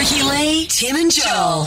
Jay, Tim, and Joel.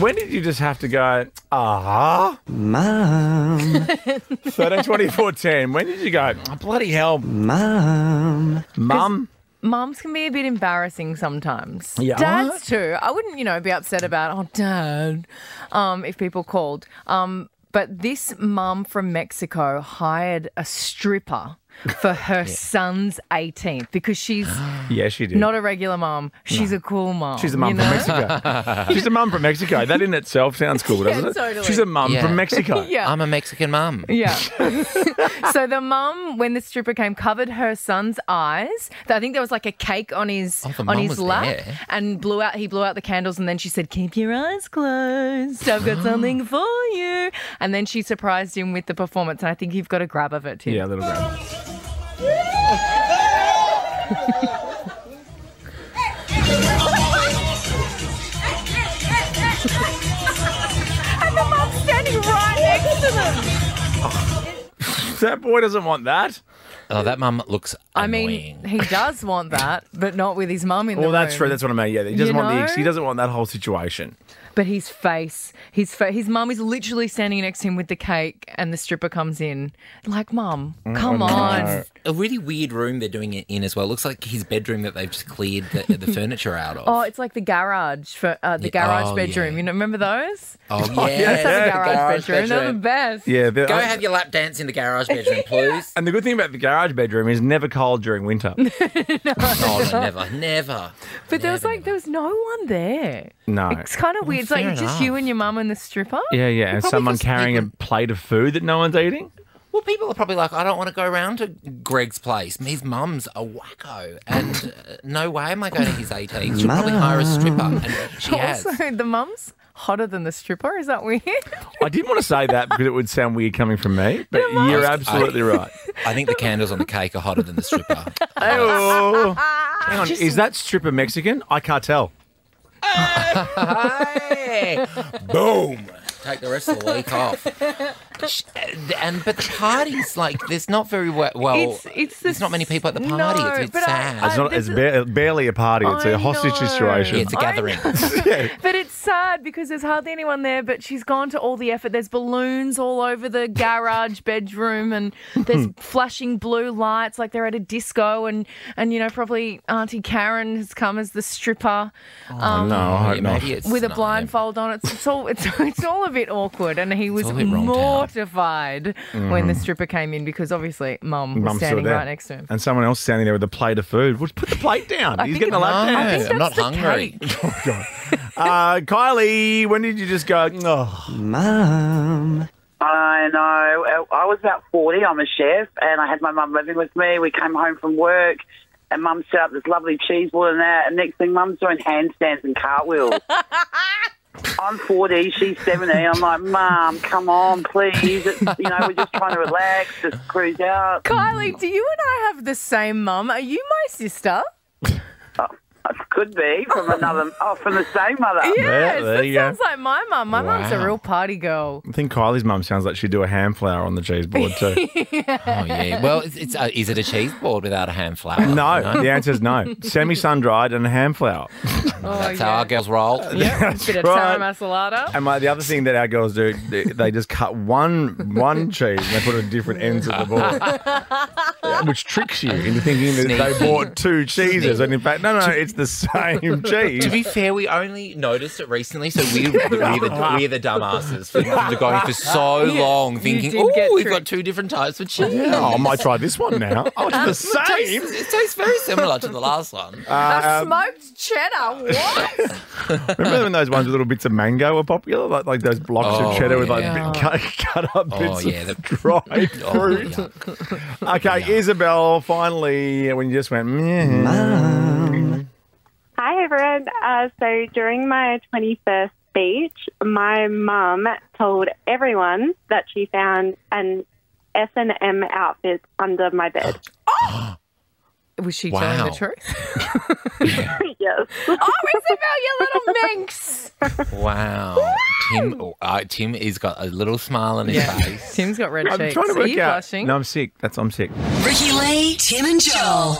When did you just have to go, ah, Mom, 13, 20, 14? When did you go, oh, bloody hell, mom. mum? Mums can be a bit embarrassing sometimes. Yeah. Dads too. I wouldn't, you know, be upset about oh dad, um, if people called. Um, but this mum from Mexico hired a stripper for her son's 18th because she's Yeah, she did. not a regular mum. She's a cool mum. She's a mum you from know? Mexico. She's a mum from Mexico. That in itself sounds cool, doesn't it? totally. She's a mum Yeah. from Mexico. Yeah. I'm a Mexican mum. Yeah. so the mum, when the stripper came, covered her son's eyes. I think there was like a cake on his Oh, the on mum his was lap, there. and blew out. He blew out the candles, and then she said, "Keep your eyes closed. I've got something for you." And then she surprised him with the performance, and I think you've got a grab of it too. Yeah, a little bit. And the mum's standing right next to them. That boy doesn't want that. Oh, that mum looks I mean, annoying. he does want that, but not with his mum in the Well, that's room. true. That's what I mean. Yeah, he doesn't You want the know? ex- he doesn't want that whole situation. But his face, his fa- his mum is literally standing next to him with the cake, and the stripper comes in. Like, mum, Mm, come on. a really weird room they're doing it in as well. Looks like his bedroom that they've just cleared the, the furniture out of. Oh, it's like the garage for uh, the Yeah, garage oh, bedroom. yeah. You know, remember those? oh yeah, yeah, Let's have a the garage, bedroom. They're the best. Yeah. the- Go have your lap dance in the garage bedroom, please. and the good thing about the garage bedroom is never cold during winter. oh, no, never, never. But there was like there was no one there. No. It's kind of weird. It's like fair it's just enough. you and your mum and the stripper. Yeah, yeah. And probably someone just carrying a even- plate of food that no one's eating. Well, people are probably like, I don't want to go round to Greg's place. His mum's a wacko, and uh, no way am I going to his 18. She'll probably hire a stripper, and she has. Also, the mum's hotter than the stripper. Is that weird? I didn't want to say that because it would sound weird coming from me, but you're absolutely right. I think the candles on the cake are hotter than the stripper. Ayo. Hang on, is that stripper Mexican? I can't tell. Boom. Take the rest of the week off. Sh- And but the parties, like, there's not very we- well. It's- it's the Oh, there's not many people at the party. No, it's, but it's I- sad. I- It's not. It's ba- barely a party. It's a I hostage know. situation. yeah, it's a I gathering. But it's sad because there's hardly anyone there, but she's gone to all the effort. There's balloons all over the garage bedroom and there's Hmm. flashing blue lights like they're at a disco and, and you know, probably Auntie Karen has come as the stripper um, Oh, no, I hope Yeah, not. maybe it's with a not. blindfold on. It's, it's all it's, it's all a bit awkward and he was all a bit wronged out. mortified when the stripper came in because obviously mum was Mum's Mm-hmm. still standing there. right next to him. And someone else standing there with a plate of food. Well, put the plate down. He's think getting a it- lap No, I dance. think I'm not that's the hungry. cake. Uh, Kylie, when did you just go? Oh, Mom. I know. I was about 40. I'm a chef, and I had my mum living with me. We came home from work, and mum set up this lovely cheese board and that. And next thing, mum's doing handstands and cartwheels. I'm 40, she's 70. I'm like, Mum, come on, please. It's, you know, we're just trying to relax, just cruise out. Kylie, do you and I have the same mum? Are you my sister? Could be from another, oh, from the same mother. Yeah, Yes, there that you go. sounds like my mum. My mum's a Wow. real party girl. I think Kylie's mum sounds like she'd do a ham flour on the cheese board too. Oh yeah. Well, it's, it's uh, is it a cheese board without a ham flour? no, the answer is no. Semi sun dried and a ham flour. Oh, That's yeah. how our girls roll. That's Bit of right. Tara Masalata. And my, the other thing that our girls do, they, they just cut one one cheese and they put it on different ends of the board, Yeah, which tricks you into thinking that Sneaky. they bought two cheeses, and in fact, no, no, it's the same To cheese. be fair, we only noticed it recently, so we, we're, the, we're the dumbasses for for going for so long, thinking, did "Oh, get we've got tricked." two different types of cheese. Oh, I might try this one now. Oh, it's the same. It tastes very similar to the last one." Um, Uh, A smoked cheddar. What? Remember when those ones with little bits of mango were popular, like like those blocks of Oh, cheddar with like yeah. bit, cut, cut up bits Oh, yeah, of the- dried Oh, fruit. yuck. okay, Isabel, finally, when you just went, "Meh." Hi, everyone. Uh, so during my 21st speech, my mum told everyone that she found an S&M outfit under my bed. Was she Wow. telling the truth? yes. Oh, Isabel, you little minx. Wow, Tim, oh, uh, Tim has got a little smile on his face. Tim's got red I'm cheeks. trying to Are work you out. blushing? No, I'm sick. That's I'm sick. Ricky Lay, Tim, and Joel.